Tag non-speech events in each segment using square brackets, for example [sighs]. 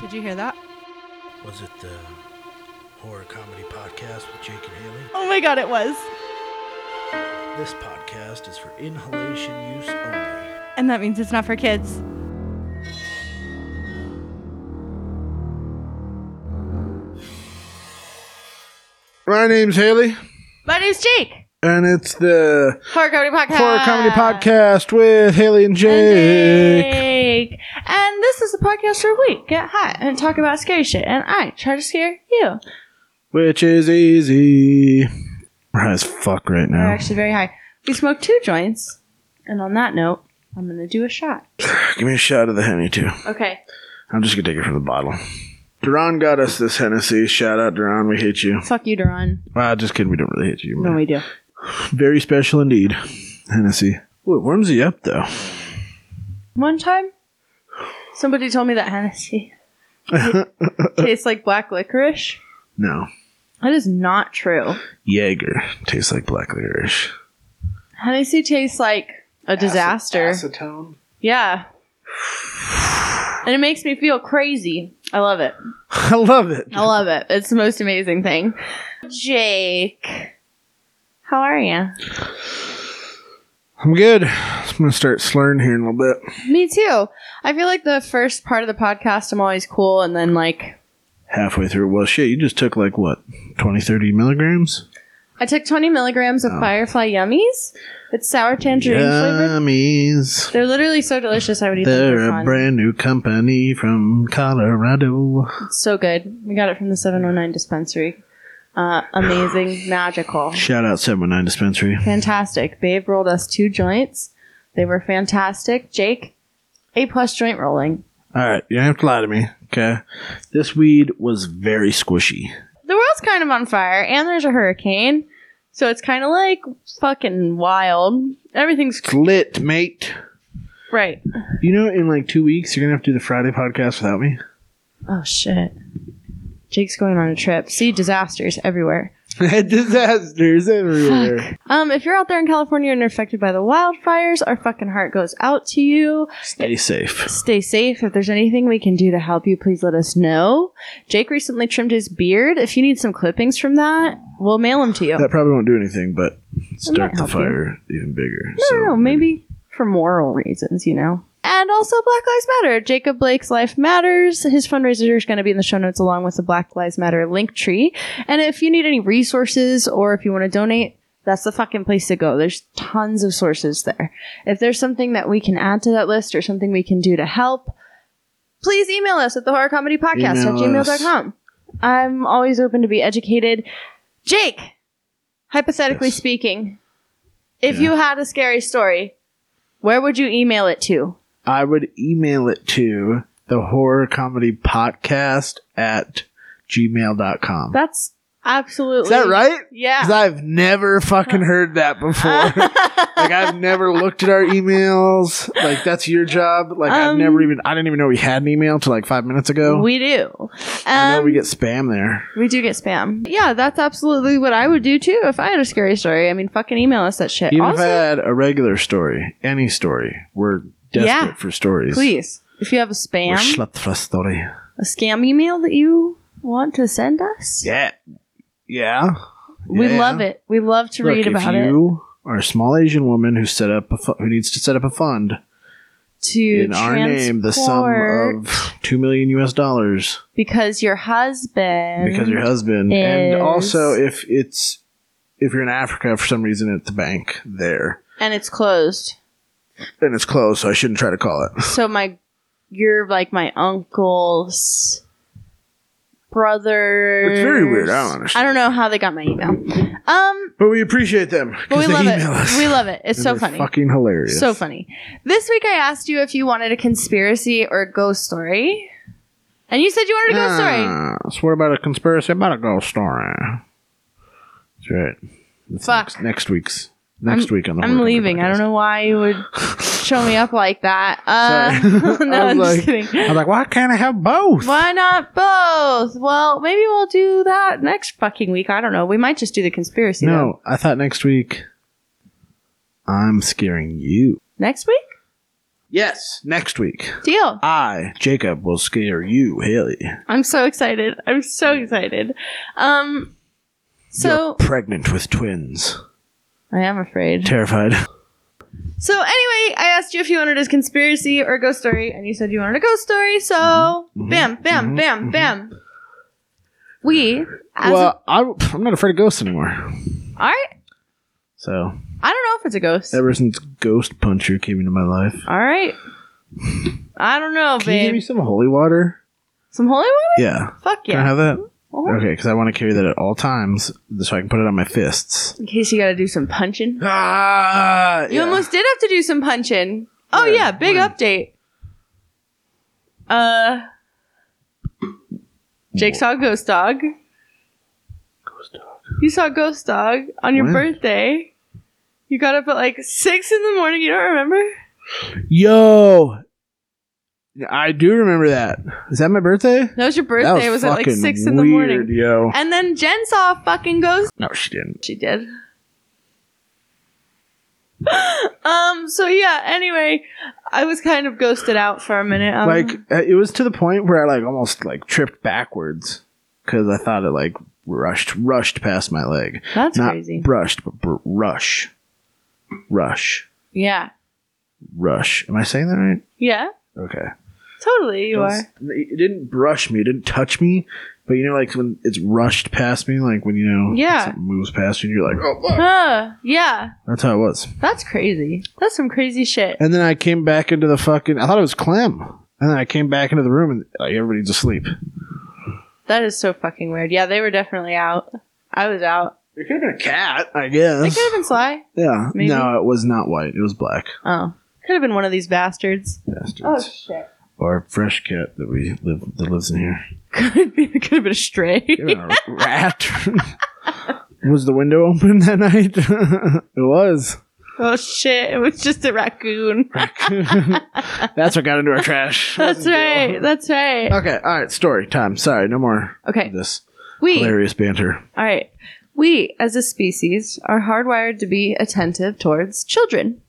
Did you hear that? Was it the horror comedy podcast with Jake and Haley? Oh my god, it was. This podcast is for inhalation use only. And that means it's not for kids. My name's Haley, My name's Jake. and it's the Horror Comedy Podcast. horror comedy podcast with Haley and Jake. Jake. And this is the podcast for a week. Get hot and talk about scary shit. And I try to scare you. Which is easy. We're high as fuck right We're now. actually very high. We smoked two joints. And on that note, I'm going to do a shot. Give me a shot of the Henny, too. Okay. I'm just gonna take it from the bottle. Duran got us this Hennessy. Shout out, Duran. We hate you. Fuck you, Duran. Ah, just kidding. We don't really hate you. No, man. we do. Very special indeed, Hennessy. Ooh, it warms you up, though. One time, somebody told me that [laughs] Hennessy tastes like black licorice. No. That is not true. Jaeger tastes like black licorice. Hennessy tastes like a disaster. Acetone. Yeah. And it makes me feel crazy. I love it. [laughs] I love it. I love it. It's the most amazing thing. Jake, how are you? I'm good. I'm gonna start slurring here in a little bit. Me too. I feel like the first part of the podcast, I'm always cool, and then like Halfway through. Well, shit, you just took like what, 20, 30 milligrams? I took 20 milligrams of Oh. Firefly Yummies. It's sour tangerine flavored. Yummies. They're literally so delicious. I would eat them for They're a fun. brand new company from Colorado. It's so good. We got it from the 709 dispensary. Uh, amazing, magical. Shout out 719 Dispensary. fantastic. Babe rolled us two joints. They were fantastic. Jake, A plus joint rolling. All right, you don't have to lie to me, okay? This weed was very squishy. The world's kind of on fire, and there's a hurricane, so it's kind of like fucking wild. Everything's It's lit, mate. right. You know, in like two weeks, you're gonna have to do the Friday podcast without me. [laughs] Oh shit. Jake's going on a trip. See disasters everywhere. Disasters everywhere. Um, if you're out there in California and are affected by the wildfires, our fucking heart goes out to you. Stay safe. Stay safe. If there's anything we can do to help you, please let us know. Jake recently trimmed his beard. If you need some clippings from that, we'll mail them to you. That probably won't do anything, but start might the help you. fire even bigger. I don't know, maybe for moral reasons, you know. And also Black Lives Matter. Jacob Blake's life matters. His fundraiser is going to be in the show notes along with the Black Lives Matter link tree. And if you need any resources or if you want to donate, that's the fucking place to go. There's tons of sources there. If there's something that we can add to that list or something we can do to help, please email us at the horror comedy podcast at Email us. gmail.com. I'm always open to be educated. Jake, hypothetically Yes. speaking, if Yeah. you had a scary story, where would you email it to? I would email it to the horror comedy podcast at gmail.com. That's absolutely Is that right? Because Yeah. I've never fucking heard [laughs] that before. like I've never looked at our emails. Like that's your job. Like I've Um, never even I didn't even know we had an email till like five minutes ago. we do. I know Um, we get spam there. we do get spam. Yeah, that's absolutely what I would do too if I had a scary story. I mean, fucking email us that shit. Even also, if I had a regular story, any story, we're desperate Yeah. for stories. please, if you have a We're spam, schlepped for a story. a scam email that you want to send us, Yeah. Yeah. we Yeah. love it. We love to Look, read about if it. you are a small Asian woman who set up a fu- who needs to set up a fund To in our name, the sum transport- of two million U.S. dollars because your husband because your husband, and is- also if it's if you're in Africa for some reason at the bank there and it's closed. and it's closed, so I shouldn't try to call it. [laughs] So my you're like my uncle's brother. It's very weird. I don't understand. I don't know how they got my email. Um, But we appreciate them. but we because they love it. email us. We love it. It's And so they're funny. Fucking hilarious. So funny. This week I asked you if you wanted a conspiracy or a ghost story. And you said you wanted a ghost story. Ah, so what about a conspiracy about a ghost story? That's right. That's Fuck. Next, next week's. Next week on the I'm Horror Comedy leaving. I Podcast. don't know why you [laughs] would show me up like that. Uh, [laughs] Sorry. no, I I'm was just like- kidding. I was like, why can't I have both? Why not both? Well, maybe we'll do that next fucking week. I don't know. We might just do the conspiracy. though. No, I thought next week I'm scaring you. Next week? Yes, next week. Deal. I, Jacob, will scare you, Haley. I'm so excited. I'm so excited. Um, You're so pregnant with twins. I am afraid. Terrified. So anyway, I asked you if you wanted a conspiracy or a ghost story, and you said you wanted a ghost story. So Mm-hmm. bam, bam, bam, bam. We, as a, well, i I, I'm not afraid of ghosts anymore. all right. So, I don't know if it's a ghost. ever since Ghost Puncher came into my life, All right. I don't know, can you give babe. me some holy water? Some holy water? Yeah. Fuck Can I yeah. have that? Well, Okay, because I want to carry that at all times so I can put it on my fists. In case you gotta do some punching. Ah! You almost did have to do some punching. Oh Yeah, yeah, big when? update. Uh Jake saw Ghost Dog. Ghost dog. You saw Ghost Dog on your When? birthday. You got up at like six in the morning. You don't remember? Yo! I do remember that. Is that my birthday? That was your birthday. it was at like fucking six in the morning. weird, Yo. And then Jen saw a fucking ghost. No, she didn't. She did. um. So yeah. Anyway, I was kind of ghosted out for a minute. Um, like uh, it was to the point where I like almost like tripped backwards because I thought it like rushed rushed past my leg. that's Not crazy. brushed, but br- rush, rush, yeah. rush. Am I saying that right? Yeah. Okay. Totally. You are. It didn't brush me. It didn't touch me. But you know, like when it's rushed past me, like when you know, Yeah. something moves past you, and you're like, oh, fuck. Huh. yeah. That's how it was. That's crazy. That's some crazy shit. And then I came back into the fucking. I thought it was Clem. And then I came back into the room, and like everybody's asleep. That is so fucking weird. Yeah, they were definitely out. I was out. It could have been a cat, I It guess. could have been Sly. Yeah. Maybe. No, it was not white. It was black. Oh. Could have been one of these bastards. Bastards. [laughs] shit. Or fresh cat that we live that lives [laughs] in here. Could be could have been a stray. Even a rat. [laughs] was the window open that night? [laughs] it was. [laughs] oh shit. It was just a raccoon. [laughs] That's what got into our [laughs] trash. That's right. That's [laughs] right. Okay, all right, story time. Sorry, no more Okay. of this We hilarious banter. All right. We, as a species, are hardwired to be attentive towards children.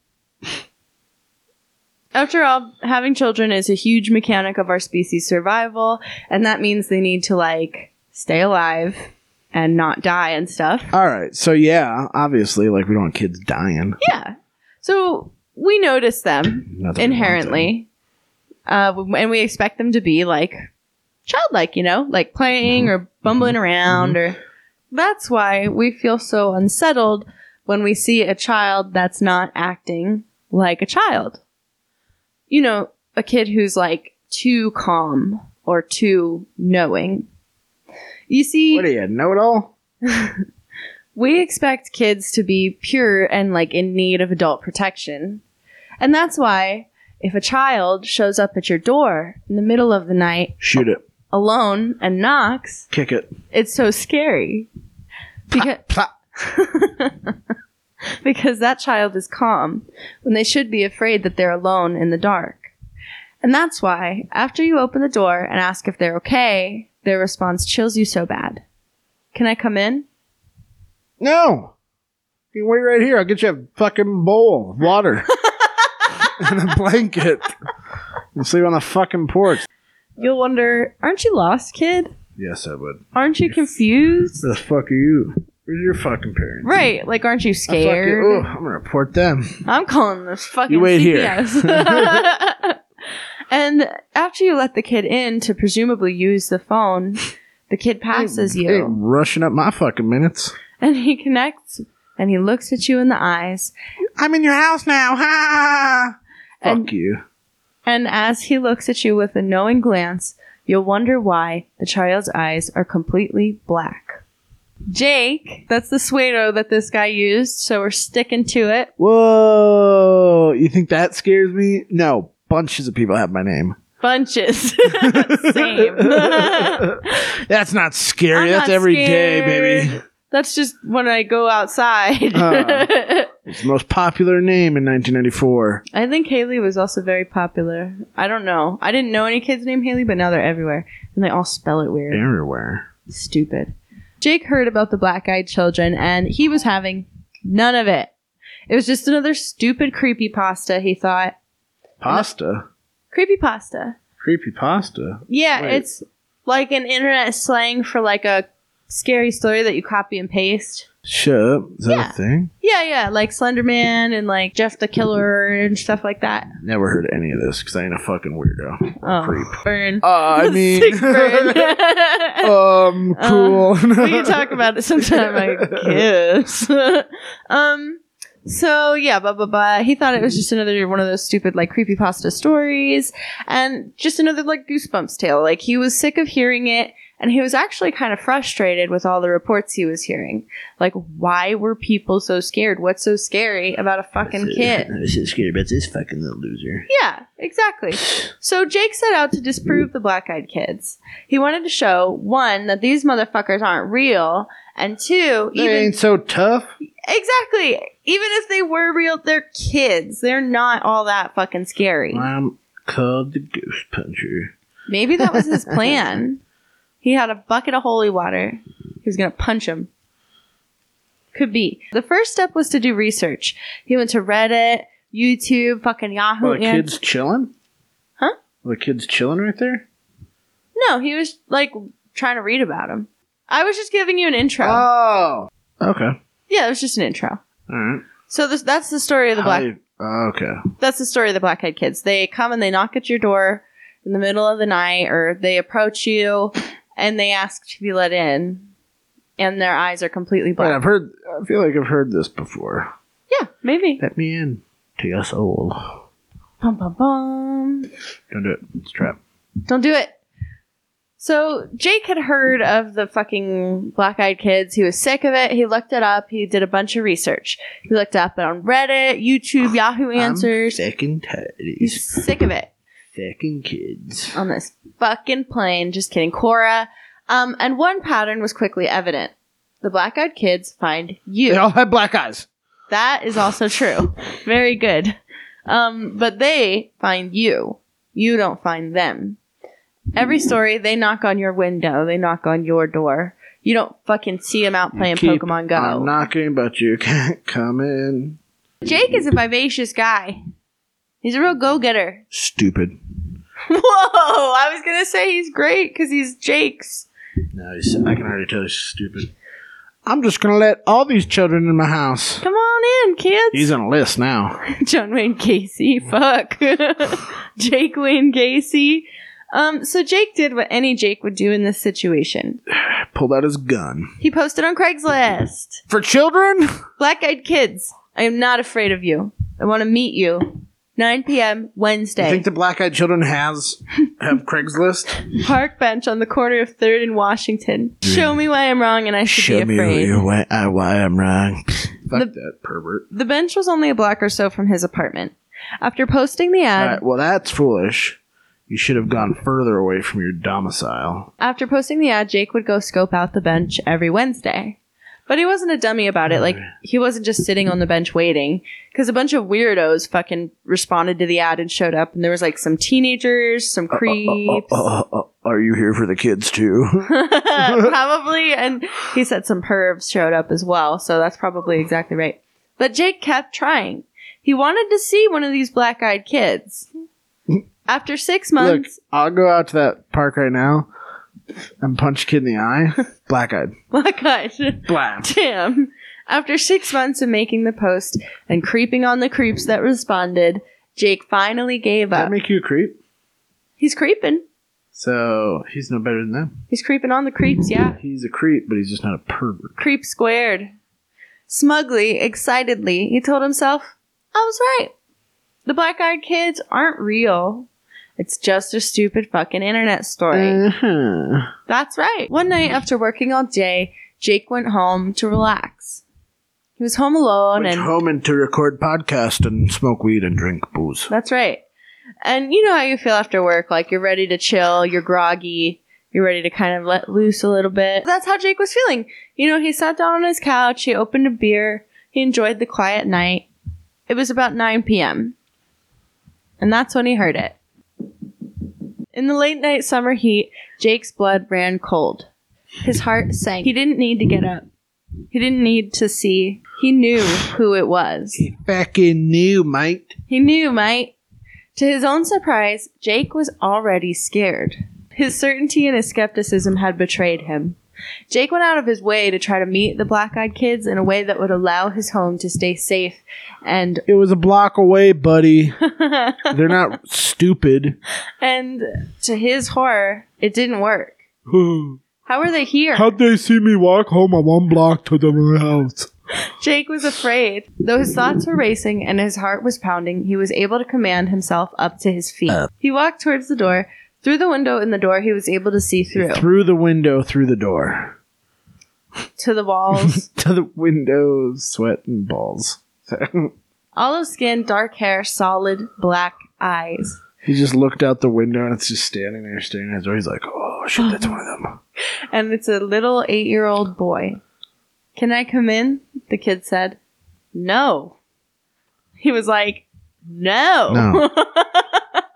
After all, having children is a huge mechanic of our species' survival, and that means they need to, like, stay alive and not die and stuff. All right, so yeah, obviously, like we don't want kids dying. Yeah. So we notice them Not that we want inherently, uh, and we expect them to be, like, childlike, you know, like playing or bumbling around or that's why we feel so unsettled when we see a child that's not acting like a child. You know, a kid who's like too calm or too knowing. You them. see, What are you know it all? we expect kids to be pure and like in need of adult protection. And that's why if a child shows up at your door in the middle of the night Shoot it, alone and knocks, kick it. it's so scary. Because Plop. [laughs] because that child is calm when they should be afraid that they're alone in the dark. And that's why, after you open the door and ask if they're okay, their response chills you so bad. Can I come in? No, you wait right here. I'll get you a fucking bowl [laughs] of water and a blanket. And sleep on the fucking porch. You'll wonder, aren't you lost, kid? Yes, I would. Aren't you confused? The fuck are you? Where's your fucking parents? Right, like, aren't you I fucking- oh, scared? I'm gonna report them. I'm calling this fucking You wait here. CPS. [laughs] and after you let the kid in to presumably use the phone, the kid passes you. Ain't rushing up my fucking minutes. and he connects and he looks at you in the eyes I'm in your house [laughs] now. Ha! Fuck and you. and as he looks at you with a knowing glance you'll wonder why the child's eyes are completely black jake that's the suedo that this guy used so we're sticking to it Whoa! You think that scares me? No. Bunches of people have my name. bunches [laughs] same [laughs] That's not scary. I'm That's not every day, scared. baby. that's just when i go outside Ah. It's the most popular name in 1994. [laughs] i think haley was also very popular i don't know i didn't know any kids named haley but now they're everywhere and they all spell it weird Everywhere. Stupid. Jake heard about the black eyed children and he was having none of it. It was just another stupid creepypasta, he thought. Pasta? Creepy pasta. Creepy pasta? Yeah, Wait. it's like an internet slang for like a scary story that you copy and paste. Shut up. Is that Yeah. a thing? Yeah, yeah, like Slenderman and like Jeff the Killer and stuff like that. Never heard any of this because I ain't a [laughs] fucking weirdo. or Oh, Creep. burn. [laughs] Uh, I mean, Sick burn. [laughs] um, Uh, cool. [laughs] we can talk [laughs] about it sometime, I guess. [laughs] um, so yeah, blah blah blah. He thought it was just another one of those stupid like creepypasta stories, and just another like goosebumps tale. Like he was sick of hearing it, and he was actually kind of frustrated with all the reports he was hearing. Like, why were people so scared? What's so scary about a fucking kid? I'm so scared about this fucking little loser. Yeah, exactly. So Jake set out to disprove the black eyed kids. He wanted to show, one, that these motherfuckers aren't real, and two, They even ain't so tough. exactly, even if they were real, they're kids. They're not all that fucking scary. I'm called the Ghost Puncher. Maybe that was [laughs] his plan. He had a bucket of holy water. He was going to punch him. Could be. The first step was to do research. He went to Reddit, YouTube, fucking Yahoo. Are Oh, the and- kids chilling? Oh, Huh? Are the kids chilling right there? No, he was like trying to read about him. I was just giving you an intro. Oh. Okay. yeah, it was just an intro. All right. So this, that's the story of the How black. do you- oh, okay. that's the story of the blackhead kids. They come and they knock at your door in the middle of the night, or they approach you and they ask to be let in, and their eyes are completely Wait, black. I've heard. I feel like I've heard this before. Yeah, maybe. Let me in to your soul. Bum, bum, bum. Don't do it. It's a trap. Don't do it. So Jake had heard of the fucking black eyed kids. He was sick of it. He looked it up. He did a bunch of research. He looked up on Reddit, YouTube, Yahoo Answers. Oh, I'm sick and tired of He's these sick of it fucking kids. on this fucking plane. Just kidding, Cora. Um, and one pattern was quickly evident. The black eyed kids find you. They all have black eyes. That is also true. Very good. Um, but they find you. You don't find them. Every story, they knock on your window. They knock on your door. You don't fucking see them out playing Keep Pokemon Go. on knocking, but you can't come in. Jake is a vivacious guy. He's a real go-getter. [laughs] Stupid. Whoa! I was gonna say he's great because he's Jake's. No, he's, I can already tell he's stupid. I'm just gonna let all these children in my house. Come on in, kids. He's on a list now. [laughs] John Wayne Casey. Fuck. [laughs] Jake Wayne Casey. Um, so Jake did what any Jake would do in this situation. Pulled out his gun He posted on Craigslist. for children. Black eyed kids, I am not afraid of you. I want to meet you. 9 p.m. I Wednesday. think the black-eyed children has have Craigslist. Park bench on the corner of 3rd and Washington. Show me why I'm wrong and I [laughs] should be afraid. why, I, why I'm wrong. Fuck The- that pervert. The bench was only a block or so from his apartment. After posting the All ad, right, well, that's foolish. You should have gone further away from your domicile. After posting the ad, Jake would go scope out the bench every Wednesday. But he wasn't a dummy about it. Like, he wasn't just sitting on the bench waiting. Because a bunch of weirdos fucking responded to the ad and showed up. And there was like some teenagers, some creeps. Uh, are you here for the kids too? [laughs] [laughs] probably. And he said some pervs showed up as well. So that's probably exactly right. But Jake kept trying. He wanted to see one of these black eyed kids. After six Look, months, [laughs] I'll go out to that park right now and punch kid in [laughs] the eye. Black-eyed. black eyed. Black. Damn. After six months of making the post and creeping on the creeps that responded, Jake finally gave Does that up. make you a creep? he's creeping. So he's no better than them. He's creeping on the creeps, yeah. He's a creep, but he's just not a pervert. Creep squared. Smugly, excitedly, he told himself, I was right. The black eyed kids aren't real. It's just a stupid fucking internet story. Uh-huh. That's right. One night after working all day, Jake went home to relax. He was home alone Went and home and to record podcast and smoke weed and drink booze. That's right. And you know how you feel after work, like you're ready to chill, you're groggy, you're ready to kind of let loose a little bit. That's how Jake was feeling. You know, he sat down on his couch, he opened a beer, he enjoyed the quiet night. It was about 9 p.m. And that's when he heard it. In the late night summer heat, Jake's blood ran cold. His heart sank. He didn't need to get up. He didn't need to see. He knew who it was. He fucking knew, mate. He knew, mate. To his own surprise, Jake was already scared. His certainty and his skepticism had betrayed him. Jake went out of his way to try to meet the black eyed kids in a way that would allow his home to stay safe and [laughs] It was a block away, buddy. They're not stupid. and to his horror, it didn't work. How are they here? How'd they see me walk home a one block to the house? Jake was afraid. Though his thoughts were racing and his heart was pounding, he was able to command himself up to his feet. He walked towards the door. Through the window in the door, he was able to see through Through the window, through the door. to the walls. [laughs] To the windows, sweat and balls. [laughs] Olive skin, dark hair, solid black eyes. he just looked out the window and it's just standing there staring at his door. He's like, oh shit, that's one of them. And it's a little eight year old boy. Can I come in? The kid said. No. He was like, No. [laughs]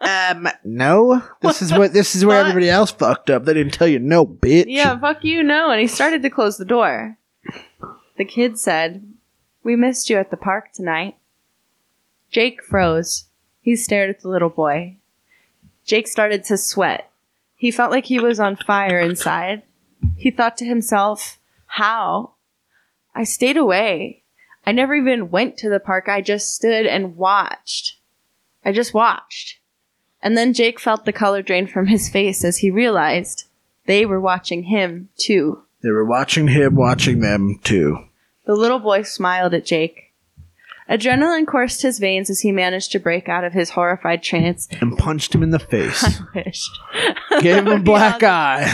um, no. This is what this is where fuck? everybody else fucked up. They didn't tell you no, bitch. Yeah, fuck you, no. And he started to close the door. The kid said, We missed you at the park tonight. Jake froze. He stared at the little boy. Jake started to sweat. He felt like he was on fire inside. He thought to himself, How? I stayed away. I never even went to the park. I just stood and watched. I just watched. And then Jake felt the color drain from his face as he realized they were watching him, too. They were watching him, watching them too. The little boy smiled at Jake. Adrenaline coursed his veins as he managed to break out of his horrified trance. [laughs] And punched him in the face. Wish. Gave him a black eye.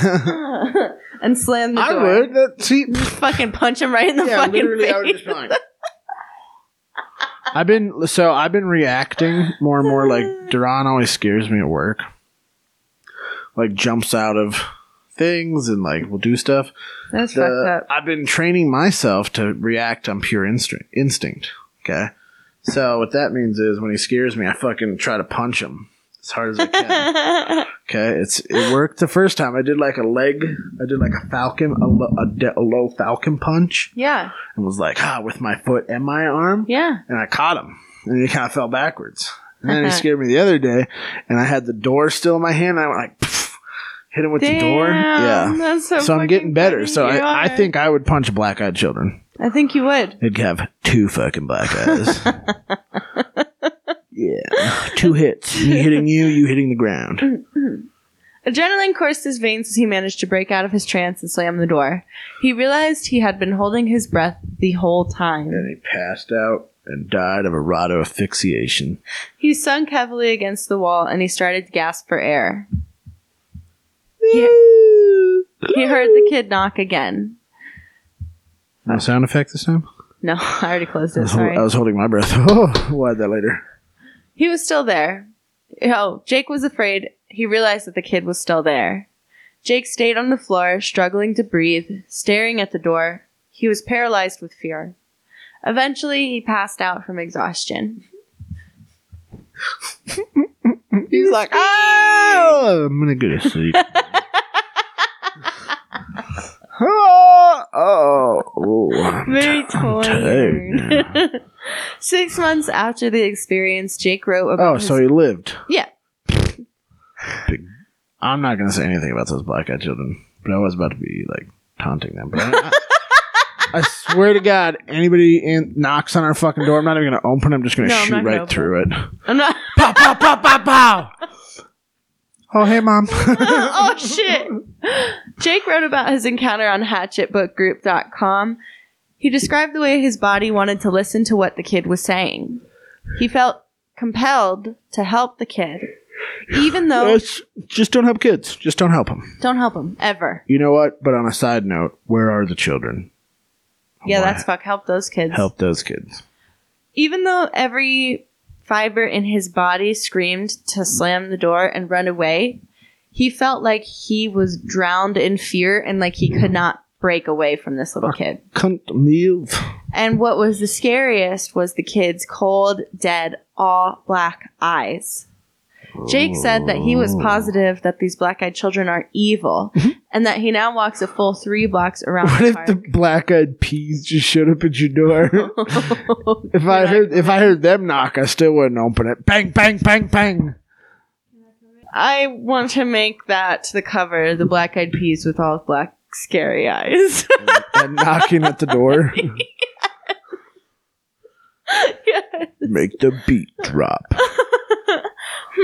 [laughs] and slammed the door. [laughs] That, see, Fucking punch him right in the fucking face. just fine. I've been so I've been reacting more and more [laughs] like Duran always scares me at work. Like jumps out of things and like will do stuff. [laughs] That's The- fucked up. I've been training myself to react on pure instinct. Instinct. Okay. So what that means is when he scares me, I fucking try to punch him as hard as [laughs] I can. okay. It's it worked the first time. I did like a leg. I did like a falcon, a, lo- a, de- a low falcon punch, Yeah, and was like, ah, with my foot and my arm, yeah. and I caught him, and he kind of fell backwards. And then he Uh-huh. scared me the other day, and I had the door still in my hand. And I went like, pff, hit him with the door. Yeah Damn, That's [laughs] so, so I'm fucking getting better. funny. So You I, I are. think I would punch black eyed children. I think you would. They'd have two fucking [laughs] black eyes. yeah. [laughs] Two hits. Me hitting you, you hitting the ground. Adrenaline coursed his veins as he managed to break out of his trance and slam the door. He realized he had been holding his breath the whole time. And he passed out and died of erotic asphyxiation. He sunk heavily against the wall and he started to gasp for air. He, he heard the kid knock again. No sound effect this time? No, [laughs] I already closed it. I was, hol- Sorry. I was holding my breath. [laughs] Oh, we'll add that later. He was still there. Oh, Jake was afraid. He realized that the kid was still there. Jake stayed on the floor, struggling to breathe, staring at the door. He was paralyzed with fear. Eventually, he passed out from exhaustion. [laughs] He's like, "Ah, oh, I'm gonna go to [laughs] sleep. [laughs] oh, oh, oh, Very tired tired. [laughs] Six months after the experience, Jake wrote about. Oh, so his- he lived. yeah. Big- I'm not gonna say anything about those black eyed children, but I was about to be like taunting them. But I, [laughs] I, I swear to God, anybody in, knocks on our fucking door, I'm not even gonna open. I'm just gonna No, I'm shoot not gonna right open. through it. I'm not. [laughs] Pow! Pow! Pow! Pow! Pow! Oh, hey, [laughs] mom. oh shit. Jake wrote about his encounter on hatchetbookgroup.com. He described the way his body wanted to listen to what the kid was saying. He felt compelled to help the kid, even though Let's- just don't help kids. Just don't help them. don't help him ever. You know what? But on a side note, where are the children? Yeah, Why? that's fuck. Help those kids. Help those kids. Even though every fiber in his body screamed to slam the door and run away, he felt like he was drowned in fear and like he could not break away from this little kid. Cunt move. And what was the scariest was the kid's cold, dead, all black eyes. Jake said that he Oh. was [laughs] positive that these black eyed children are evil and that he now walks a full three blocks around What the if park. the black eyed peas just showed up at [laughs] your door? [laughs] if I You're heard if I heard them knock, I still wouldn't open it. Bang, bang, [laughs] bang, bang. I want to make that the cover the black eyed peas with all black scary eyes. [laughs] And knocking at the door. Make the beat drop.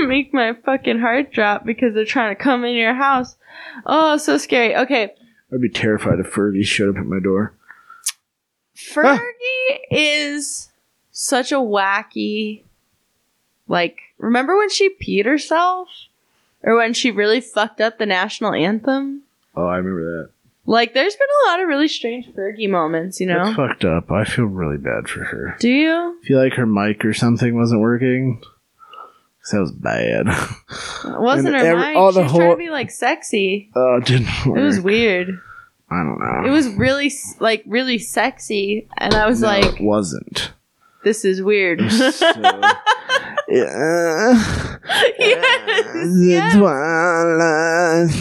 Make my fucking heart drop because they're trying to come in your house. Oh, so scary. Okay. I'd be terrified if Fergie showed up at my door. Fergie is such a wacky. Like, remember when she peed herself? Or when she really fucked up the national anthem? Oh, I remember Like, there's been a lot of really strange Fergie moments, you that. That's know? fucked up. I feel really bad for her. Do you? I feel like her mic or something wasn't working. 'Cause That was bad. [laughs] It wasn't And her every- mind. all She the was trying whole- to be, like, sexy. Oh, it didn't work. It was weird. I don't know. It was really, s- like, really sexy. And I was No, like, [laughs] it wasn't. this is [laughs] weird. So, yeah. yes. The yes. Uh,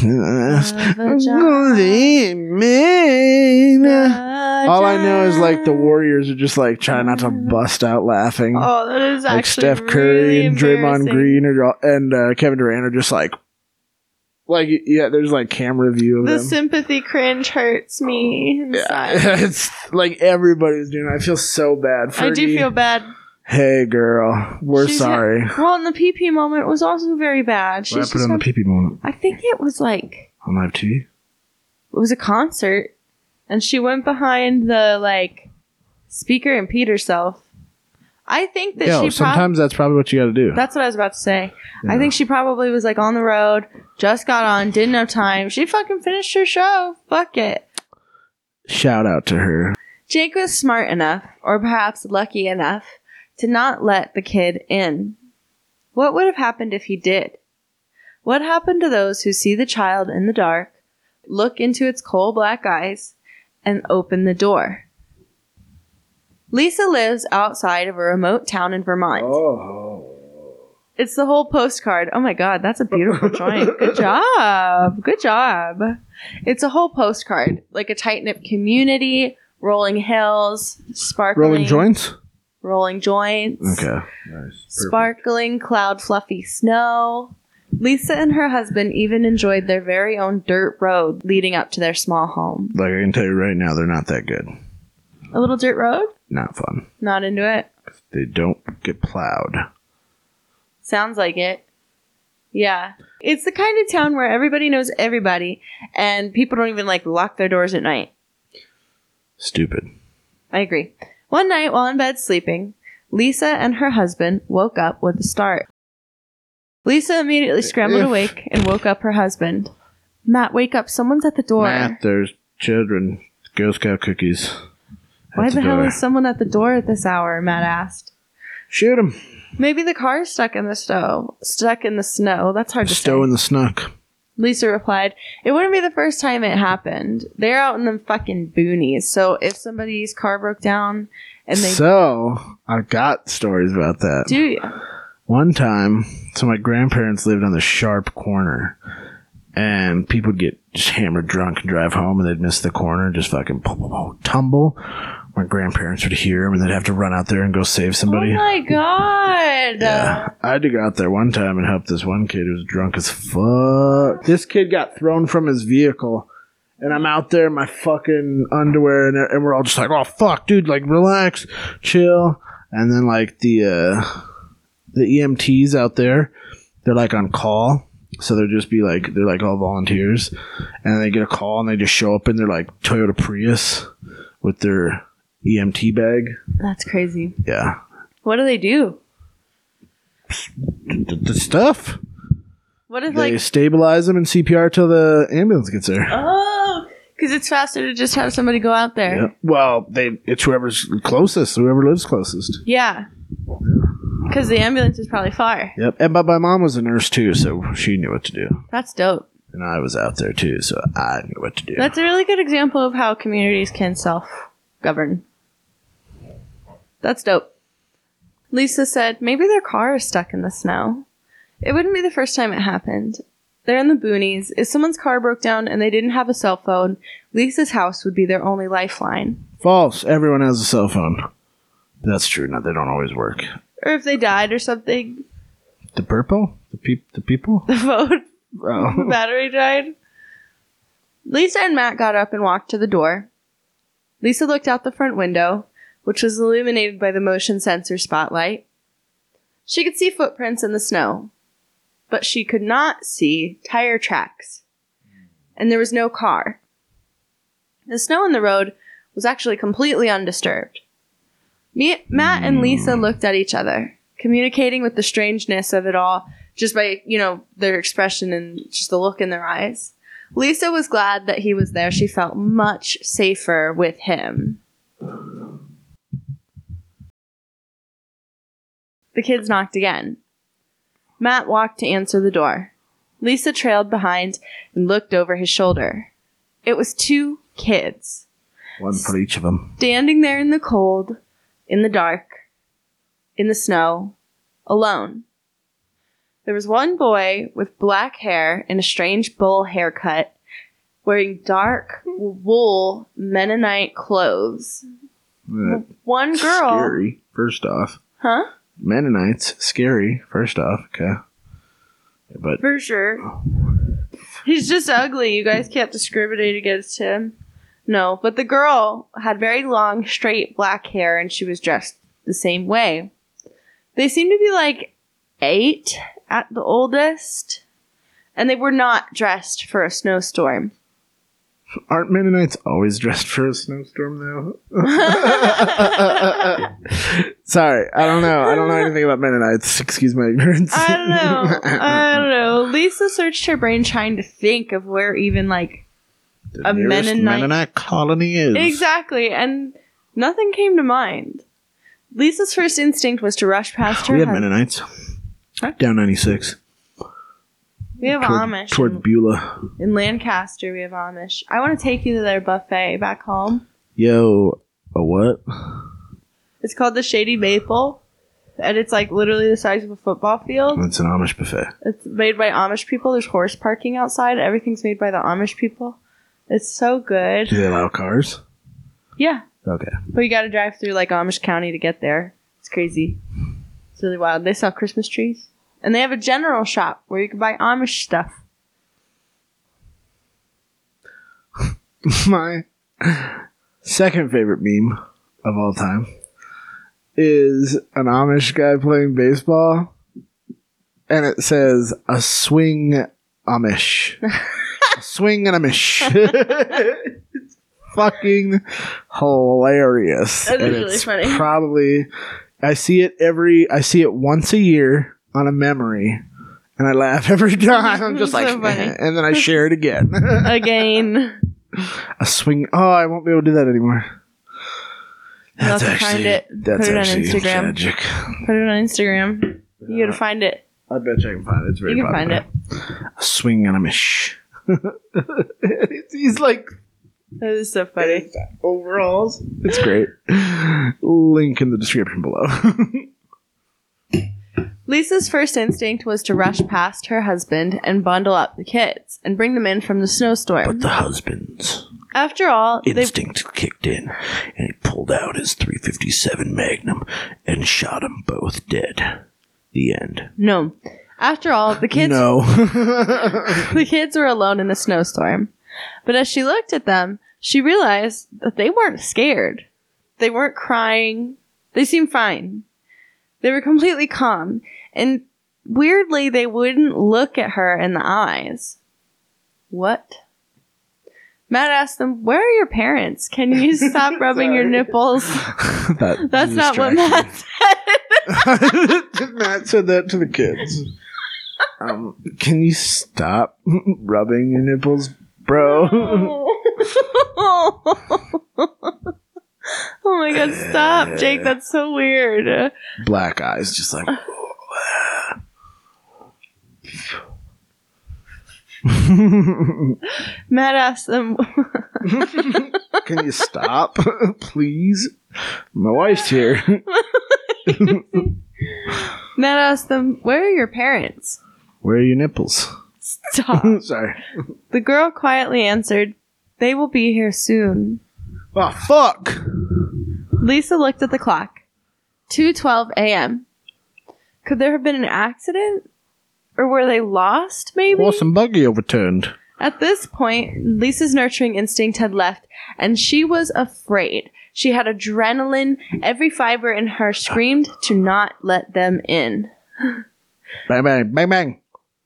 twilight- Vagina. Leave me now. All I know is like the Vagina. Warriors are just like trying not to bust out laughing. Oh, that is actually like Steph Curry really and Draymond embarrassing. Green are all, and uh, Kevin Durant are just like, like yeah, there's like camera view of The them. sympathy cringe hurts me. inside. [laughs] yeah, it's like everybody's doing. It. I feel so bad. Fergie, I do feel bad. Hey, girl, we're She's- sorry. Well, and the PP moment was also very bad. She's What just happened on the had- pee pee moment I think it was like on live TV? it was a concert, and she went behind the like speaker and peed herself. I think that Yeah, she probably. sometimes that's probably what you got to do. That's what I was about to say. Yeah. I think she probably was like on the road, just got on, didn't have time. She fucking finished her show. Fuck it. Shout out to her. Jake was smart enough, or perhaps lucky enough, to not let the kid in. What would have happened if he did? What happened to those who see the child in the dark, look into its coal black eyes, and open the door? Lisa lives outside of a remote town in Vermont. Oh, It's the whole postcard. Oh my god, that's a beautiful joint. [laughs] Good job. Good job. It's a whole postcard, like a tight knit community, rolling hills, sparkling rolling joints. rolling joints, Okay, nice. sparkling cloud, fluffy snow. Lisa and her husband even enjoyed their very own dirt road leading up to their small home. Like I can tell you right now, they're not that good. A little dirt road? Not fun. Not into it. They don't get plowed. Sounds like it. Yeah. It's the kind of town where everybody knows everybody and people don't even like lock their doors at night. Stupid. I agree. One night while in bed sleeping, Lisa and her husband woke up with a start. Lisa immediately scrambled If- awake and woke up her husband. Matt, wake up. Someone's at the door. Matt, there's children. Girl Scout cookies. Why At the hell door. is someone at the door at this hour? Matt asked. Shoot him. Maybe the car is stuck in the snow. Stuck in the snow. That's hard to say. Stow in the snuck. Lisa replied, It wouldn't be the first time it happened. They're out in the fucking boonies. So if somebody's car broke down and they so I've got stories about that. do, oh One time, so my grandparents lived on the sharp corner, and people would get just hammered drunk and drive home, and they'd miss the corner and just fucking pum, pum, pum, tumble. My grandparents would hear them, and they'd have to run out there and go save oh somebody. my God. Yeah, I had to go out there one time and help this one kid who was drunk as fuck. This kid got thrown from his vehicle, and I'm out there in my fucking underwear, and, and we're all just like, "Oh fuck, dude, like relax, chill." And then like the uh, the EMTs out there, they're like on call, so they'll just be like they're like all volunteers, and they get a call and they just show up in their like Toyota Prius with their EMT bag. That's crazy. Yeah, What do they do? the, the stuff. What if, They like, stabilize them and CPR till the ambulance gets there. oh, because it's faster to just have somebody go out there. Yeah. Well, they it's whoever's closest, whoever lives closest. Yeah. Because the ambulance is probably far. Yep. And but my mom was a nurse too, so she knew what to do, That's dope. and I was out there too, so I knew what to do. That's a really good example of how communities can self govern. That's dope. Lisa said, maybe their car is stuck in the snow. It wouldn't be the first time it happened. They're in the boonies. If someone's car broke down and they didn't have a cell phone, Lisa's house would be their only lifeline. False. Everyone has a cell phone. That's true. No, they don't always work. Or if they died or something, [laughs] The purple? The peep the people? the phone the [laughs] Oh. battery died. Lisa and Matt got up and walked to the door. Lisa looked out the front window, which was illuminated by the motion sensor spotlight. She could see footprints in the snow, but she could not see tire tracks. And there was no car. The snow in the road was actually completely undisturbed. Me, Matt and Lisa looked at each other, communicating with the strangeness of it all just by you know their expression and just the look in their eyes. Lisa was glad that he was there. She felt much safer with him. The kids knocked again. Matt walked to answer the door. Lisa trailed behind and looked over his shoulder. It was two kids One for each of them. standing there in the cold, in the dark, in the snow, alone. There was one boy with black hair and a strange bowl haircut, wearing dark wool Mennonite clothes. Uh, One girl, Scary, first off. huh? Mennonites, scary, first off. Okay. But For sure. He's just ugly. You guys can't discriminate against him. No, but the girl had very long, straight black hair and she was dressed the same way. They seemed to be like eight at the oldest, and they were not dressed for a snowstorm. aren't Mennonites always dressed for a snowstorm, though? [laughs] Sorry, I don't know. I don't know anything about Mennonites. Excuse my ignorance. I don't [laughs] know. I don't know. Lisa searched her brain trying to think of where even like The A nearest Mennonite- Mennonite colony is. Exactly, and nothing came to mind. Lisa's first instinct was to rush past her. We had hus- Mennonites. Huh? Down 96. we have toward, Amish Toward in, Beulah. in Lancaster. We have Amish. I want to take you to their buffet back home. Yo, a what? It's called the Shady Maple, and it's like literally the size of a football field. It's an Amish buffet. It's made by Amish people. There's horse parking outside. Everything's made by the Amish people. It's so Do good. they allow cars? Yeah, Okay. but you got to drive through like Amish County to get there. It's crazy. It's really wild. They sell Christmas trees. And they have a general shop where you can buy Amish stuff. [laughs] My second favorite meme of all time is an Amish guy playing baseball, and it says, A swing Amish. [laughs] a swing an Amish. it's [laughs] fucking hilarious. That is And really it's funny. Probably, I see it every, I see it once a year on a memory. And I laugh [laughs] every time. I'm just [laughs] So like, funny. [laughs] and then I share it again. [laughs] Again. a swing. Oh, I won't be able to do that anymore. You'll have to find it, put That's it on actually Instagram. tragic. Put it on Instagram. You gotta find it. I bet you I can find it. It's very You can find popular. it. A swing and a mish. [laughs] He's like That is so funny. overalls. It's great. Link in the description below. [laughs] Lisa's first instinct was to rush past her husband and bundle up the kids and bring them in from the snowstorm. the husband's After all, they instinct kicked in, and he pulled out his 357 Magnum and shot them both dead. The end. no. After all, the kids [laughs] No. the kids were alone in the snowstorm. But as she looked at them, she realized that they weren't scared. They weren't crying. They seemed fine. They were completely calm. And weirdly, they wouldn't look at her in the eyes. What? Matt asked them, Where are your parents? Can you stop rubbing your Sorry. nipples? That- That's not what Matt said. [laughs] Matt said that to the kids. Um, can you stop rubbing your nipples, bro? [laughs] [laughs] oh my god, stop, Jake. That's so weird. Black eyes, just like. [laughs] Matt asked them, Can you stop, please? My wife's here. Matt asked them, where are your parents? Where are your nipples? [laughs] Stop. Sorry. the girl quietly answered, They will be here soon. Oh fuck! Lisa looked at the clock. 2:12 a.m. Could there have been an accident? Or were they lost maybe? Horse and buggy overturned. At this point, Lisa's nurturing instinct had left, and she was afraid. She had adrenaline. Every fiber in her screamed to not let them in. Bang bang bang bang.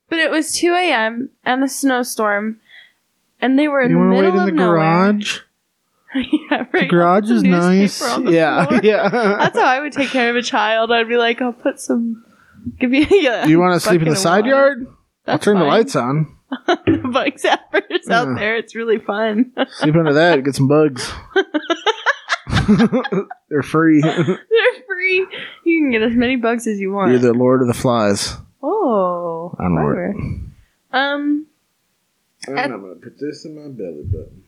But it was 2 a.m. and a snowstorm, and they were in You the want to middle wait in the of nowhere. garage? [laughs] yeah, The right. garage There's is a newspaper nice. on the [laughs] Yeah, floor. yeah. That's how [laughs] I would take care of a child. I'd be like, I'll put some. Give me. [laughs] Yeah, Do you want to sleep in the bucket of side water. yard? I'll That's turn the fine. lights on. [laughs] the bug zappers out Ugh. there. It's really fun. Sleep under that. Get [laughs] some bugs. [laughs] They're free. [laughs] You're They're free. You can get as many bugs as you want. the lord of the flies. oh, I'm a- clever. Um, And At- I'm gonna put this in my belly button.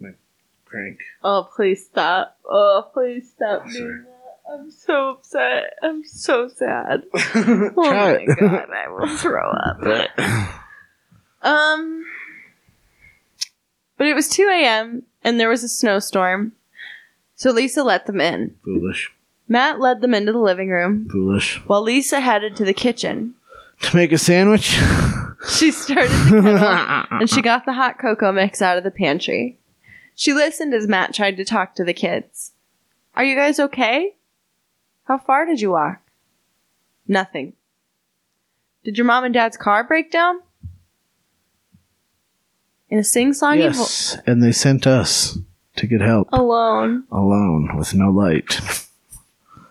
My crank. oh, please stop. Oh, please stop Sorry. doing that. I'm so upset. I'm so sad. [laughs] [laughs] Oh Try my it. god, I will [laughs] throw up. Um, but it was 2 a.m. and there was a snowstorm. So Lisa let them in. Foolish. Matt led them into the living room Foolish. while Lisa headed to the kitchen. To make a sandwich. She started the [laughs] kettle [laughs] and she got the hot cocoa mix out of the pantry. She listened as Matt tried to talk to the kids. Are you guys okay? How far did you walk? Nothing. Did your mom and dad's car break down? In a sing songy vo- yes, and they sent us to get help Oh. alone. alone with no light.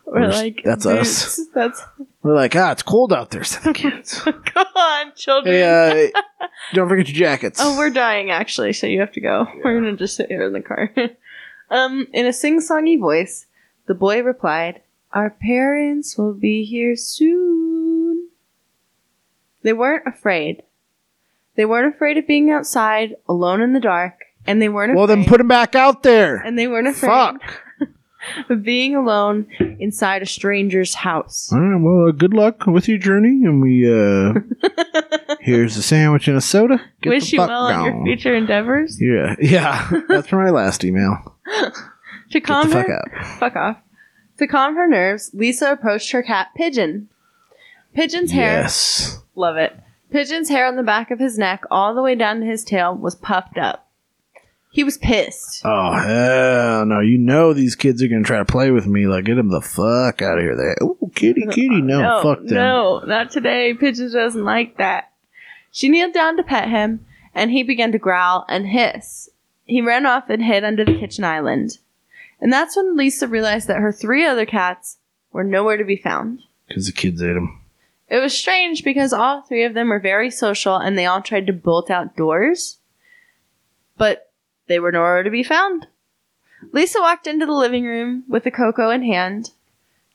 We're There's- like that's us. "Dudes, That's We're like, ah, it's cold out [laughs] there. Send the kids. come on, children. [laughs] hey, uh, don't forget your jackets. Oh, we're dying actually, so you have to go. We're gonna just sit here in the car. [laughs] um, in a sing-songy voice, the boy replied, "Our parents will be here soon." They weren't afraid. They weren't afraid of being outside alone in the dark, and they weren't. well, then afraid- put them back out there. And they weren't afraid Fuck. of being alone inside a stranger's house. All right. Well, uh, good luck with your journey, and [laughs] we uh here's a sandwich and a soda. Get Wish the you fuck well on your gone. future endeavors. Yeah, [laughs] yeah. That's from my last email. To Get calm the fuck her out. Fuck off. To calm her nerves, Lisa approached her cat, Pigeon. Pigeon's hair, Yes. love it. Pigeon's hair on the back of his neck, all the way down to his tail, was puffed up. He was pissed. Oh hell no! You know these kids are gonna try to play with me. Like, get them the fuck out of here. They, oh, kitty, kitty, no, fuck them. Uh, no, not today. Pigeon doesn't like that. She kneeled down to pet him, and he began to growl and hiss. He ran off and hid under the kitchen island. And that's when Lisa realized that her three other cats were nowhere to be found. because the kids ate them. It was strange because all three of them were very social and they all tried to bolt outdoors, but they were nowhere to be found. Lisa walked into the living room with the cocoa in hand.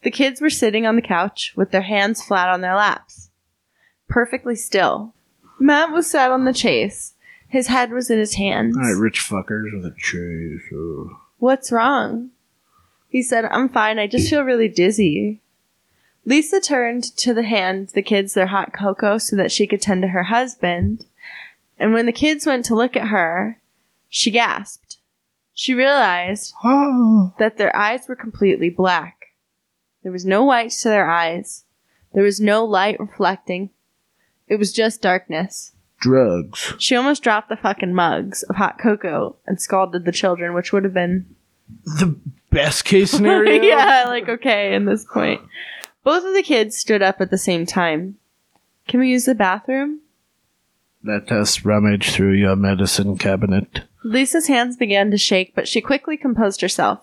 The kids were sitting on the couch with their hands flat on their laps, perfectly still. Matt was sat on the chase. His head was in his hands. All right, rich fuckers with a [laughs] chase. oh. What's wrong? He said, I'm fine. I just feel really dizzy. Lisa turned to the hand the kids their hot cocoa so that she could tend to her husband. And when the kids went to look at her, she gasped. She realized Oh. that their eyes were completely black. There was no white to their eyes. There was no light reflecting. It was just darkness. Drugs. She almost dropped the fucking mugs of hot cocoa and scalded the children, which would have been The best case scenario. [laughs] yeah, like okay, in this point. Both of the kids stood up at the same time. Can we use the bathroom? Let us rummage through your medicine cabinet. Lisa's hands began to shake, but she quickly composed herself.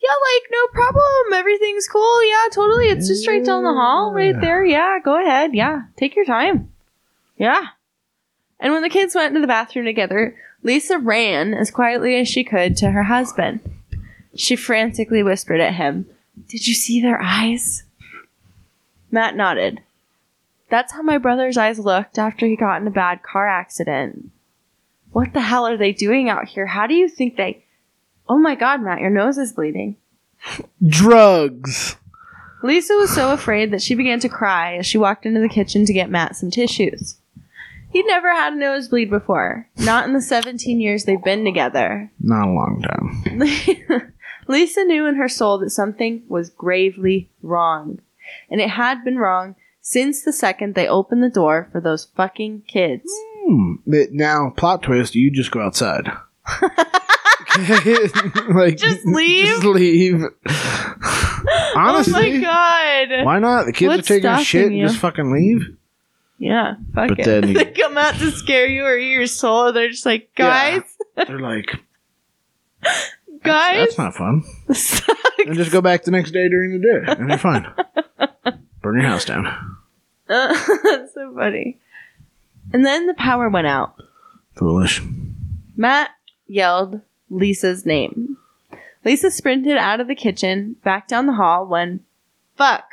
Yeah, like no problem. Everything's cool. Yeah, totally. It's just right down the hall, right there. Yeah, go ahead. Yeah, take your time. Yeah. And when the kids went into the bathroom together, Lisa ran as quietly as she could to her husband. She frantically whispered at him, Did you see their eyes? Matt nodded. That's how my brother's eyes looked after he got in a bad car accident. What the hell are they doing out here? How do you think they. Oh my god, Matt, your nose is bleeding. Drugs. Lisa was so afraid that she began to cry as she walked into the kitchen to get Matt some tissues. He'd never had a nosebleed before, not in the 17 years they've been together. [laughs] Not a long time. Lisa knew in her soul that something was gravely wrong, and it had been wrong since the second they opened the door for those fucking kids. Hmm. But now, plot twist, you just go outside. [laughs] like [laughs] Just leave? [laughs] Just leave. Honestly, oh my god! why not? The kids What's are taking a stopping shit and you? just fucking leave. Yeah, fuck But it. then [laughs] you- they come out to scare you or eat your soul. They're just like, guys, They're like, guys, that's [laughs] not fun. suck. And just go back the next day during the day, and you're fine. Burn your house down. [laughs] That's so funny. And then the power went out. Foolish. Matt yelled Lisa's name. Lisa sprinted out of the kitchen, back down the hall when, fuck,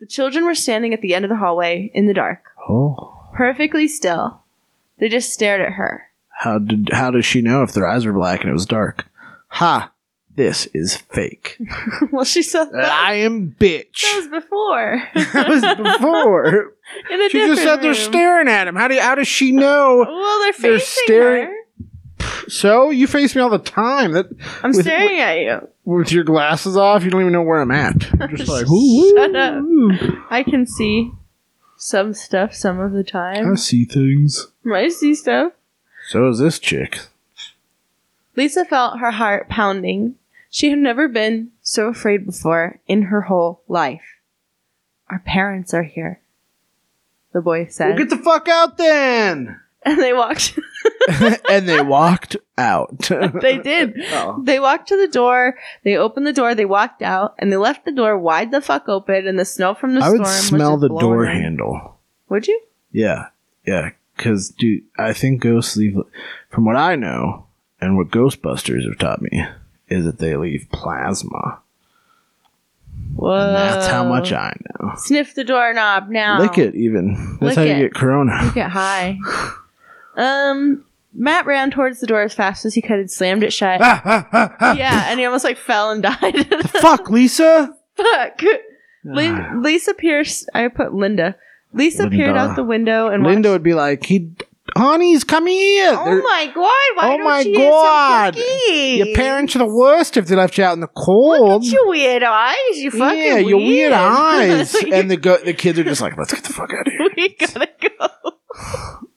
the children were standing at the end of the hallway in the dark, Oh, perfectly still. They just stared at her. [laughs] how did how does she know if their eyes were black and it was dark? Ha! This [laughs] is fake. well, she saw that, Uh, I am bitch. that was [laughs] before. [laughs] That was before. in a She different just said they're room. staring at him. How do you, how does she know? Well, they're facing They're staring- her. Oh. So you face me all the time. That I'm with- staring at you. with your glasses off, you don't even know where [laughs] I'm at. You're just like, Shut up. "Ooh, ooh, I can see some stuff some of the time. I see things. I see stuff. So is this chick. Lisa felt her heart pounding. She had never been so afraid before in her whole life. Our parents are here, the boy said. Well, get the fuck out then. [laughs] and they walked. [laughs] and they walked out. they did. Oh. They walked to the door. They opened the door. They walked out, and they left the door wide the fuck open. And the snow from the I storm. would was smell just the blowing door in. handle. Would you? Yeah, yeah. Because, dude, I think ghosts leave. From what I know, and what Ghostbusters have taught me, is that they leave plasma. Whoa. And that's how Uh, much I know. sniff the doorknob now. Lick it, even. Lick That's how you it. get corona. [laughs] You get high. Um, Matt ran towards the door as fast as he could and slammed it shut. ah, ah, ah, [laughs] ah. yeah, and he almost like fell and [laughs] died. Fuck, Lisa. Fuck. Ah. Lin- Lisa Pierce. I put Linda. Lisa Linda. peered out the window and Linda watched. would be like, "He, honey's come here. Oh They're- my god! Why Oh don't my you God. eat some cookies? your parents are the worst if they left you out in the Look cold." at your weird eyes. You fucking yeah, weird. your weird [laughs] eyes. and and the go- the kids are just like, "Let's get the fuck out of here." we gotta go.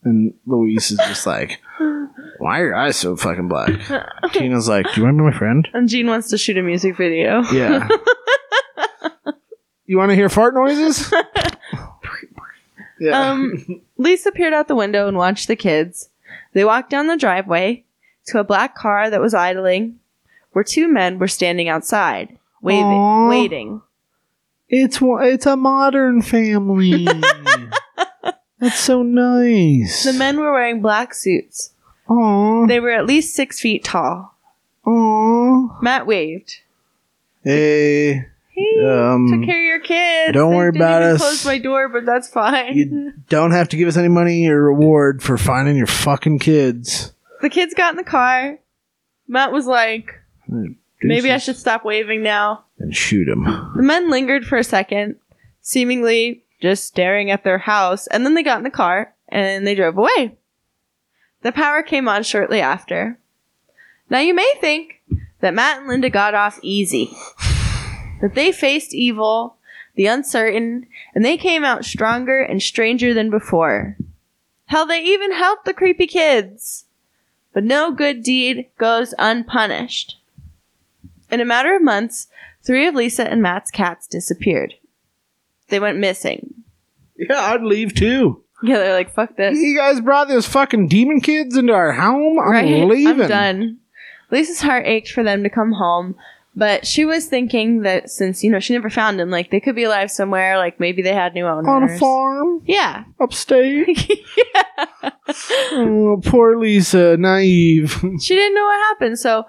And Luis is just like, "Why are your eyes so [laughs] fucking black?" Tina's like, "Do you want to be my friend?" And Gene wants to shoot a music video. Yeah. [laughs] you want to hear fart noises? [laughs] yeah. Um, [laughs] Lisa peered out the window and watched the kids. They walked down the driveway to a black car that was idling, where two men were standing outside, waving, Aw. waiting. It's wa- it's a [laughs] modern family. That's so nice. The men were wearing black suits. Aww. They were at least six feet tall. Aww. Matt waved. Hey, Hey, Um, took care of your kids. don't They worry didn't about even us. Close my door, but that's fine. you don't have to give us any money or reward for finding your fucking kids. [laughs] the kids got in the car. Matt was like, "Maybe I Deuces. should stop waving now." And shoot him. The men lingered for a second, seemingly just staring at their house, and then they got in the car and they drove away. The power came on shortly after. Now you may think that Matt and Linda got off easy, that they faced evil, the uncertain, and they came out stronger and stranger than before. Hell, they even helped the creepy kids. But no good deed goes unpunished. In a matter of months, Three of Lisa and Matt's cats disappeared. They went missing. [laughs] Yeah, I'd leave too. Yeah, they're like, fuck this. You guys brought those fucking demon kids into our home. I'm right? leaving. I'm done. Lisa's heart ached for them to come home, but she was thinking that since, you know, she never found them, like, they could be alive somewhere, like, maybe they had new owners. On a farm Yeah. [laughs] upstate. Oh, poor Lisa, naive. She didn't know what happened, so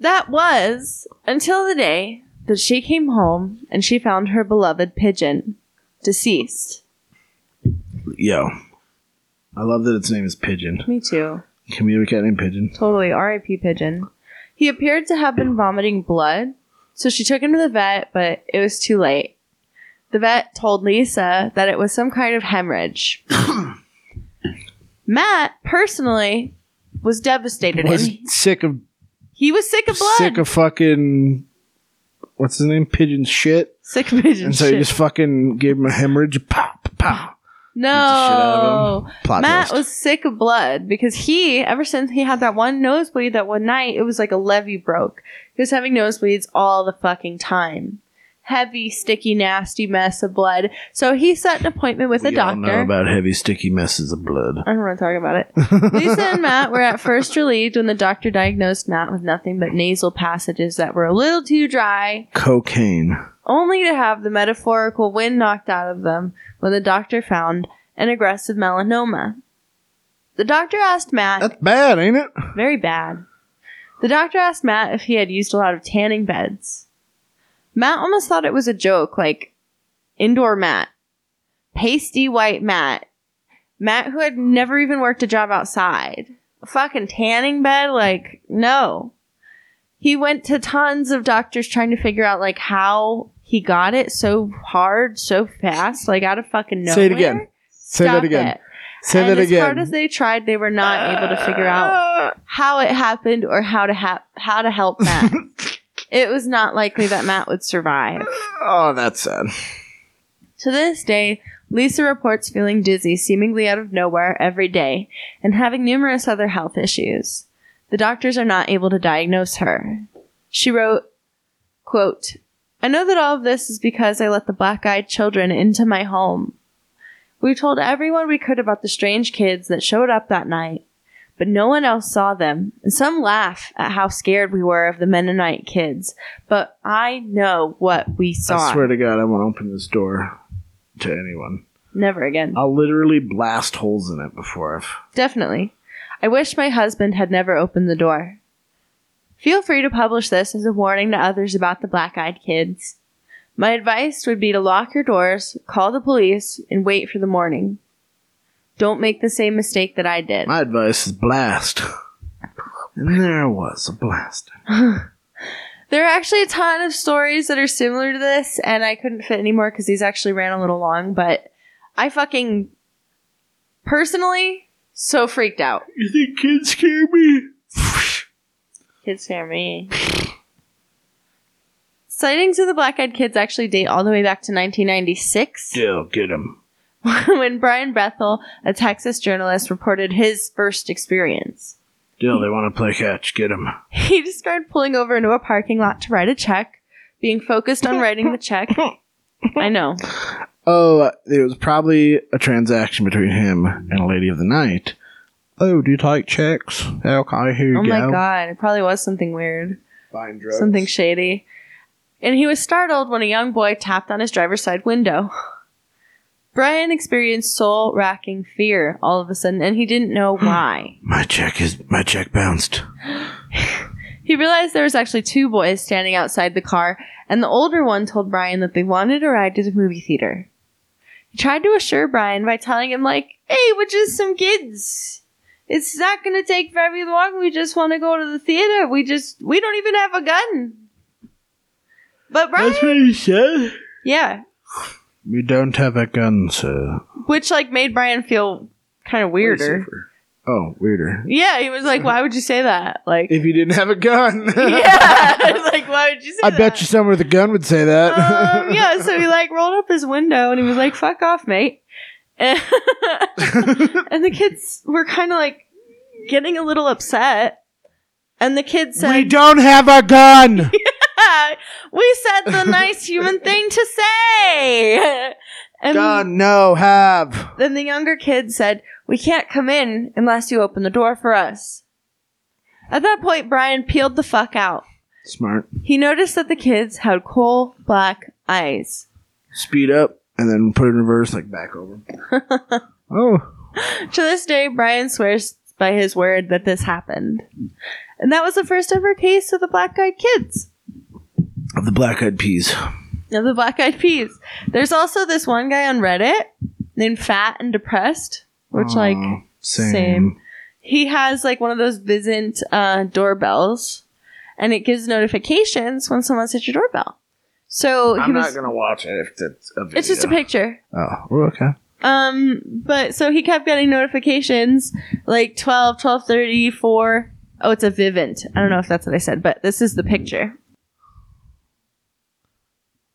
that was until the day that she came home and she found her beloved pigeon, deceased. Yo, I love that its name is Pigeon. Me too. Can we have a cat named Pigeon? Totally. R.I.P. Pigeon. He appeared to have been vomiting blood, So she took him to the vet, but it was too late. The vet told Lisa that it was some kind of [coughs] hemorrhage. Matt personally was devastated. Was and he- sick of he was sick of blood. sick of fucking what's his name pigeon shit, sick of vision. and so shit. you just fucking gave him a hemorrhage. Pow pow. no. Plot Matt twist. was sick of blood because he, ever since he had that one nosebleed that one night, it was like a levee broke. He was having nosebleeds all the fucking time. Heavy, sticky, nasty mess of blood. So he set an appointment with a We all know doctor. about heavy sticky messes of blood. I don't want to talk about it. [laughs] Lisa and Matt were at first relieved when the doctor diagnosed Matt with nothing but nasal passages that were a little too dry Cocaine. only to have the metaphorical wind knocked out of them when the doctor found an aggressive melanoma. The doctor asked Matt, That's bad, ain't it? very bad. The doctor asked Matt if he had used a lot of tanning beds. Matt almost thought it was a joke, like indoor Matt, pasty white Matt, Matt who had never even worked a job outside. A fucking tanning bed? Like, no. He went to tons of doctors trying to figure out like how he got it so hard, so fast, like out of fucking nowhere. Say it again. Say that Stop again. it. Say and that as again. hard as they tried, they were not able to figure out how it happened or how to ha- how to help Matt. it was not likely that Matt would survive. [laughs] Oh, that's sad. To this day, Lisa reports feeling dizzy seemingly out of nowhere every day and having numerous other health issues. The doctors are not able to diagnose her. She wrote, quote, I know that all of this is because I let the black eyed children into my home. We told everyone we could about the strange kids that showed up that night, but no one else saw them, and some laugh at how scared we were of the Mennonite kids, but I know what we saw. I swear to God, I won't open this door to anyone. Never again. I'll literally blast holes in it before I've. Definitely. I wish my husband had never opened the door. Feel free to publish this as a warning to others about the black eyed kids. My advice would be to lock your doors, call the police, and wait for the morning. Don't make the same mistake that I did. My advice is blast. And there was a blast. There are actually a ton of stories that are similar to this, and I couldn't fit any more because these actually ran a little long, but I fucking personally so freaked out. You think kids scare me? Kids hear me. [laughs] Sightings of the black eyed kids actually date all the way back to 1996 Still get them. [laughs] when Brian Bethel, a Texas journalist, reported his first experience. [laughs] Still, they want to play catch. Get them. He described pulling over into a parking lot to write a check, being focused on writing the [laughs] check. I know. Oh, it was probably a transaction between him and a lady of the night. Oh, do you take checks? Okay, here you Oh go. my god, it probably was something weird, Find drugs. something shady. And he was startled when a young boy tapped on his driver's side window. Brian experienced soul racking fear all of a sudden, and he didn't know why. My check is my check bounced. He realized there was actually two boys standing outside the car, and the older one told Brian that they wanted a ride to the movie theater. He tried to assure Brian by telling him, like, hey, we're just some kids. It's not gonna take very long. We just wanna go to the theater. We just, we don't even have a gun. But Brian, what he said. yeah, We don't have a gun, sir. which like made Brian feel kind of weirder. Oh, weirder. Yeah, he was like, why would you say that? Like, If you didn't have a gun. [laughs] yeah, [laughs] I was like, why would you say I that? bet you someone with a gun would say that. um, yeah, so he like rolled up his window and he was like, "Fuck off, mate." [laughs] And, [laughs] [laughs] and the kids were kind of like getting a little upset. And the kid we said, don't have a [laughs] gun. "Ah, "We said the nice human thing to say." [laughs] And gun, no, have. then the younger kid said, "We can't come in unless you open the door for us." At that point, Brian peeled the fuck out. Smart. He noticed that the kids had coal black eyes. Speed up and then put it in reverse, like [laughs] back over. oh. To this day, Brian swears by his word that this happened. And that was the first ever case of the black eyed kids. Of the black eyed peas. Of the black eyed peas. There's also this one guy on Reddit named Fat and Depressed, which, Aw, like, he has like one of those Visint uh, doorbells. and it gives notifications when someone hits your doorbell. So he I'm was. not gonna watch it if it's a video. It's just a picture. Oh, well, okay. Um, but so he kept getting notifications like 12, 1230, 4. Oh, it's a Vivint. I don't know if that's what I said, but this is the picture.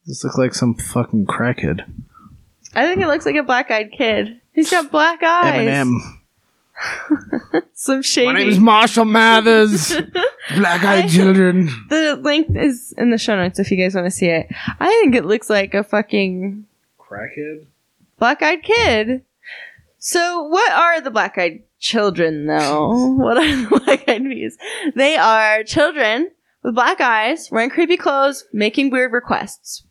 This looks like some fucking crackhead. I think it looks like a black eyed kid. He's got black eyes. Eminem. Some My name shady. is [laughs] Marshall Mathers. Black I- eyed children. the link is in the show notes if you guys want to see it. I think it looks like a fucking Crackhead. black eyed kid. So, what are the black eyed children, though? [laughs] what are the black eyed peas? They are children with black eyes, wearing creepy clothes, making weird requests.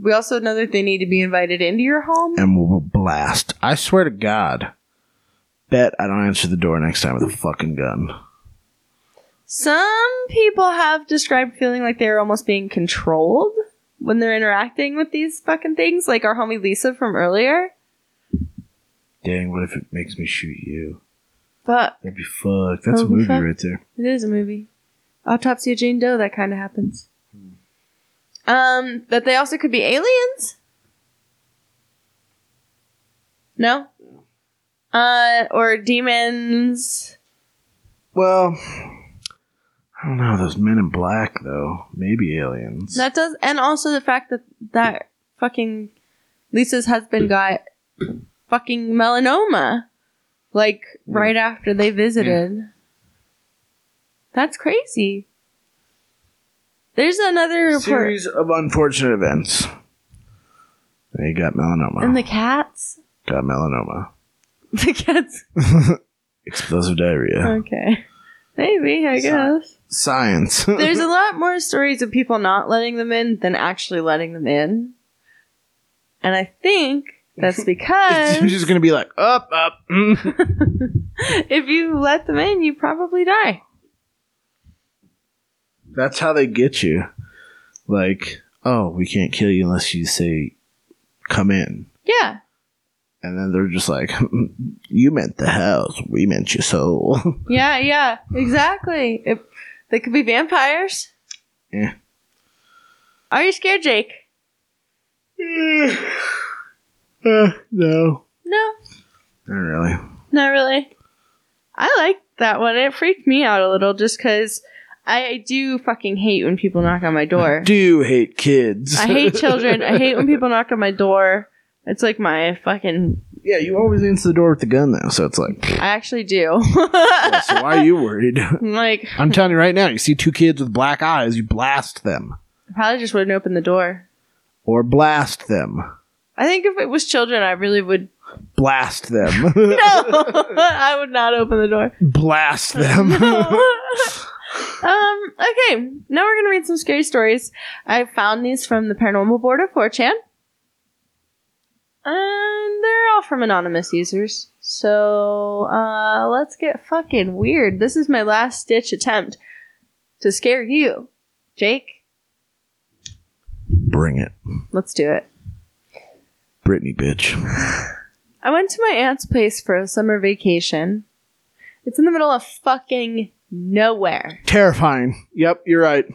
We also know that they need to be invited into your home. And we'll blast. I swear to God. Bet I don't answer the door next time with a fucking gun. Some people have described feeling like they're almost being controlled when they're interacting with these fucking things, like our homie Lisa from earlier. Dang, what if it makes me shoot you? But That'd be fucked. That's a That'd be movie fuck. right there. It is a movie. Autopsy of Jane Doe, that kind of happens. Um, that they also could be aliens? No? Uh, or demons. Well, I don't know. Those men in black, though. Maybe aliens. That does, and also the fact that that fucking Lisa's husband got fucking melanoma, like right after they visited. That's crazy. There's another report. Series of unfortunate events. They got melanoma. And the cats? got melanoma. [laughs] The cats. Explosive Uh, diarrhea. Okay. Maybe, I So- guess. Science. [laughs] There's a lot more stories of people not letting them in than actually letting them in. And I think [laughs] that's You're because just gonna be like up, up. [laughs] mm. if you let them in, you probably die. That's how they get you. Like, oh, we can't kill you unless you say, "Come in." Yeah. And then they're just like, [laughs] "You meant the house. We meant [sighs] your soul." [laughs] Yeah, yeah. Exactly. If they could be vampires. Yeah. Are you scared, Jake? Uh, no, No, not really. Not really. I like that one. It freaked me out a little just because I do fucking hate when people knock on my [laughs] door. Do hate kids. I [laughs] hate children. I hate when people knock on my door. It's like my fucking. yeah, you always answer the door with the gun though, so it's like, [laughs] I actually do. [laughs] yeah, so why are you worried? [laughs] I'm like, I'm telling you right now, you see two kids with black eyes, you blast them I probably just wouldn't open the door. or blast them, I think if it was children, I really would. [laughs] blast them, [laughs] No, I would not open the door. blast [laughs] um. them. Okay. Now we're gonna read some scary stories. I found these from the Paranormal Board of 4chan, and they're all from anonymous users. So uh, let's get fucking weird. This is my last ditch attempt to scare you, Jake. Bring it, Let's do it. Brittany, bitch. I went to my aunt's place for a summer vacation. It's in the middle of fucking nowhere. Terrifying. Yep, you're right.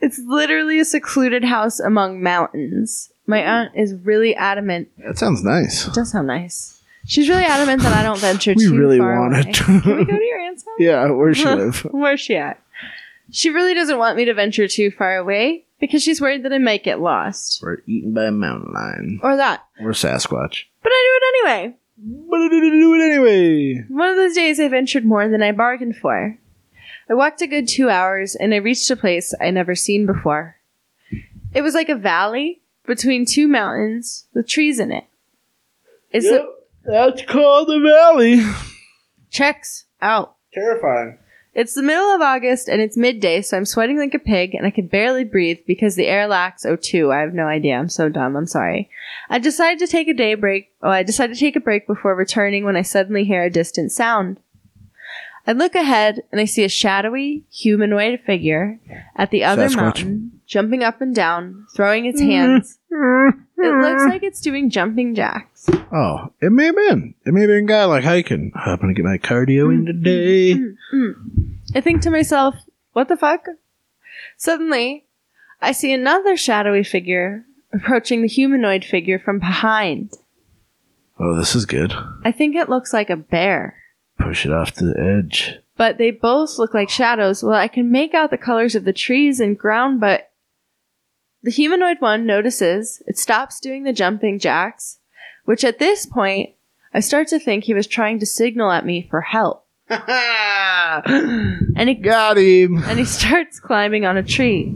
It's literally a secluded house among mountains. My aunt is really adamant. That sounds nice. It does sound nice. She's really adamant that I don't venture We too really far want away. it. Can we go to your aunt's house? Yeah, where she live? Where's she at? She really doesn't want me to venture too far away because she's worried that I might get lost We're eaten by a mountain lion or that. or Sasquatch. But I do it anyway. But I didn't do it anyway. One of those days I ventured more than I bargained for. I walked a good two hours and I reached a place I never seen before. It was like a valley between two mountains with trees in it. It's Yep, that's called the valley. checks out. Terrifying. It's the middle of August and it's midday, so I'm sweating like a pig and I can barely breathe because the air lacks O2. I have no idea. I'm so dumb. I'm sorry. I decided to take a day break. Oh, I decided to take a break before returning when I suddenly hear a distant sound. I look ahead and I see a shadowy humanoid figure at the other Sasquatch. mountain, jumping up and down, throwing its hands. It looks like it's doing jumping jacks. Oh, it may have been. It may have been a guy like hiking. I'm gonna get my cardio in today. I think to myself, what the fuck? Suddenly, I see another shadowy figure approaching the humanoid figure from behind. Oh, this is good. I think it looks like a bear, Push it off to the edge. but they both look like shadows. Well, I can make out the colors of the trees and ground, but the humanoid one notices it stops doing the jumping jacks, which at this point, I start to think he was trying to signal at me for help. And it Got him. and he [laughs] starts climbing on a tree.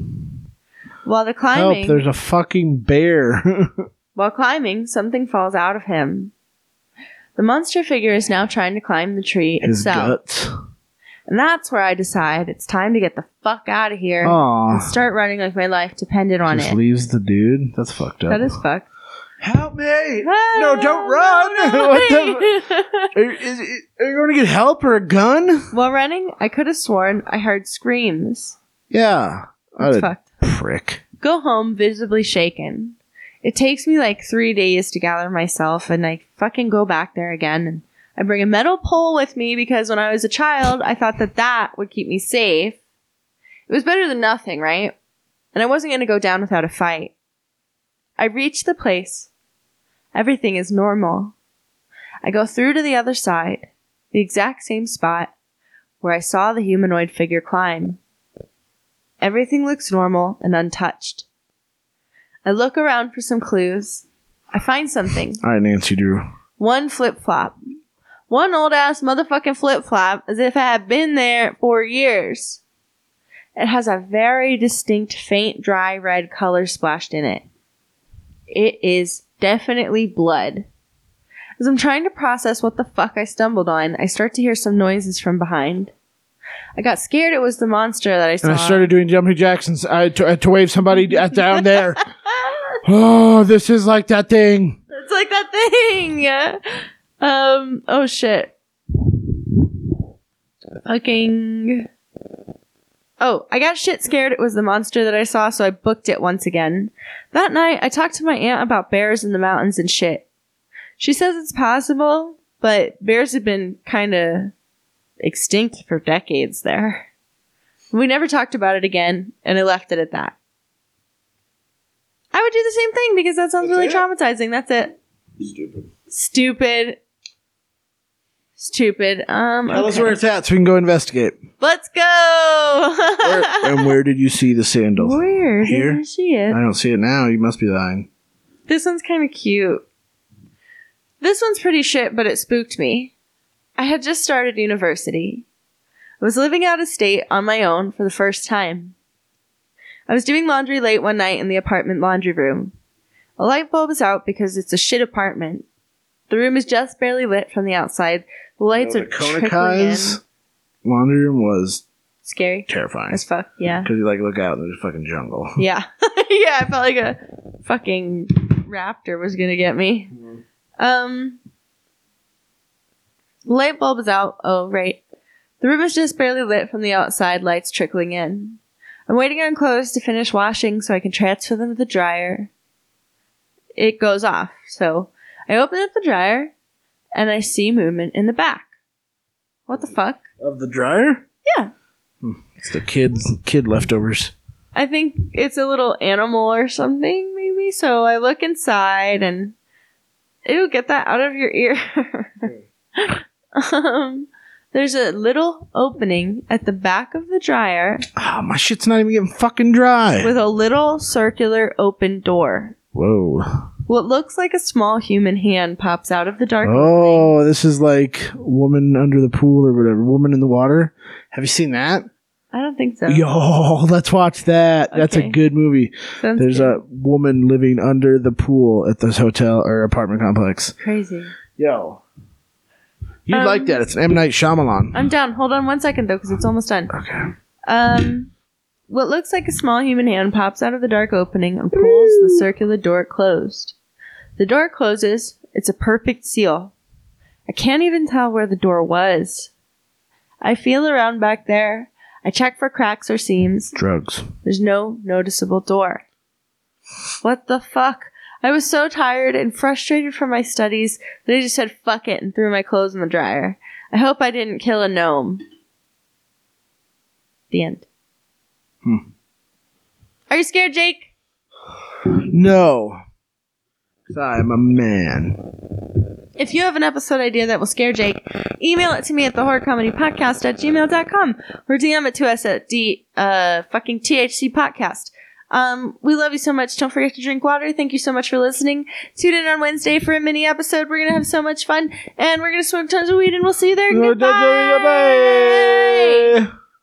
While the Help, climbing, there's a fucking bear. [laughs] while climbing, something falls out of him. The monster figure is now trying to climb the tree His itself, guts. and that's where I decide it's time to get the fuck out of here and Aw. start running like my life depended on Ah. Just it. leaves the dude. That's fucked up. That is fucked. Help me! Ah, No, don't [laughs] run! what the? [laughs] fu- Are, is, is- are you going to get help or a gun? While running, I could have sworn I heard screams. Yeah. What That's a fucked. prick. Go home visibly shaken. It takes me like three days to gather myself and I fucking go back there again. And I bring a metal pole with me because when I was a child, I thought that that would keep me safe. It was better than nothing, right? And I wasn't going to go down without a fight. I reach the place. Everything is normal. I go through to the other side, the exact same spot where I saw the humanoid figure climb. Everything looks normal and untouched. I look around for some clues. I find something. All right, Nancy Drew. One flip flop. One old ass motherfucking flip flop as if I had been there for years. It has a very distinct faint dry red color splashed in it. It is definitely blood. As I'm trying to process what the fuck I stumbled on, I start to hear some noises from behind. I got scared it was the monster that I saw. And I started doing jumping jacks and I to, to wave somebody at, down [laughs] there. Ah! Oh, this is like that thing. It's like that thing. [laughs] Um. Oh shit. Fucking. Oh, I got shit scared. It was the monster that I saw, so I booked it once again. That night, I talked to my aunt about bears in the mountains and shit. She says it's possible, but bears have been kind of extinct for decades there. We never talked about it again, and I left it at that. I would do the same thing because that sounds really That's traumatizing. That's it Stupid. stupid stupid um Tell us okay. where it's at so we can go investigate. let's go [laughs] Where, and where did you see the sandal? where did Here? you see it I don't see it now. You must be lying. this one's kind of cute this one's pretty shit but it spooked me i had just started university i was living out of state on my own for the first time i was doing laundry late one night in the apartment laundry room a light bulb is out because it's a shit apartment the room is just barely lit from the outside the lights Well, are the trickling in. Konikai's laundry room was scary terrifying. as fuck. Yeah. Because you like look out and there's a fucking jungle. [laughs] Yeah. [laughs] yeah, I felt like a fucking raptor was gonna get me. Um light bulb is out. Oh right. The room is just barely lit from the outside lights trickling in. I'm waiting on clothes to finish washing so I can transfer them to the dryer. It goes off, so I open up the dryer and I see movement in the back. What the fuck? Of the dryer? Yeah. Hmm. It's the kids kid leftovers. I think it's a little animal or something, maybe. So I look inside and ew, get that out of your ear. [laughs] um, there's a little opening at the back of the dryer Ah, my shit's not even getting fucking dry. with a little circular open door. Whoa. What looks like a small human hand pops out of the dark. Oh, this is like woman under the pool or whatever. Woman in the water. Have you seen that? I don't think so. Yo, [laughs] let's watch that. That's a Okay. good movie. Sounds There's good. a woman living under the pool at this hotel or apartment complex. crazy. Yo. You'd Um, like that. It's an M. Night Shyamalan. I'm down. Hold on one second though, because it's almost done. okay. Um, what looks like a small human hand pops out of the dark opening and pulls the circular door closed. The door closes. It's a perfect seal. I can't even tell where the door was. I feel around back there. I check for cracks or seams. Drugs. There's no noticeable door. What the fuck? I was so tired and frustrated from my studies that I just said fuck it and threw my clothes in the dryer. I hope I didn't kill a gnome. The end. Hmm. Are you scared, Jake? No. 'Cause I'm a man. If you have an episode idea that will scare Jake, email it to me at the horror comedy podcast at gmail.com or DM it to us at D uh fucking THC podcast. Um, we love you so much. Don't forget to drink water. Thank you so much for listening. Tune in on Wednesday for a mini episode. We're gonna have so much fun and we're gonna smoke tons of weed and we'll see you there. Goodbye. Bye.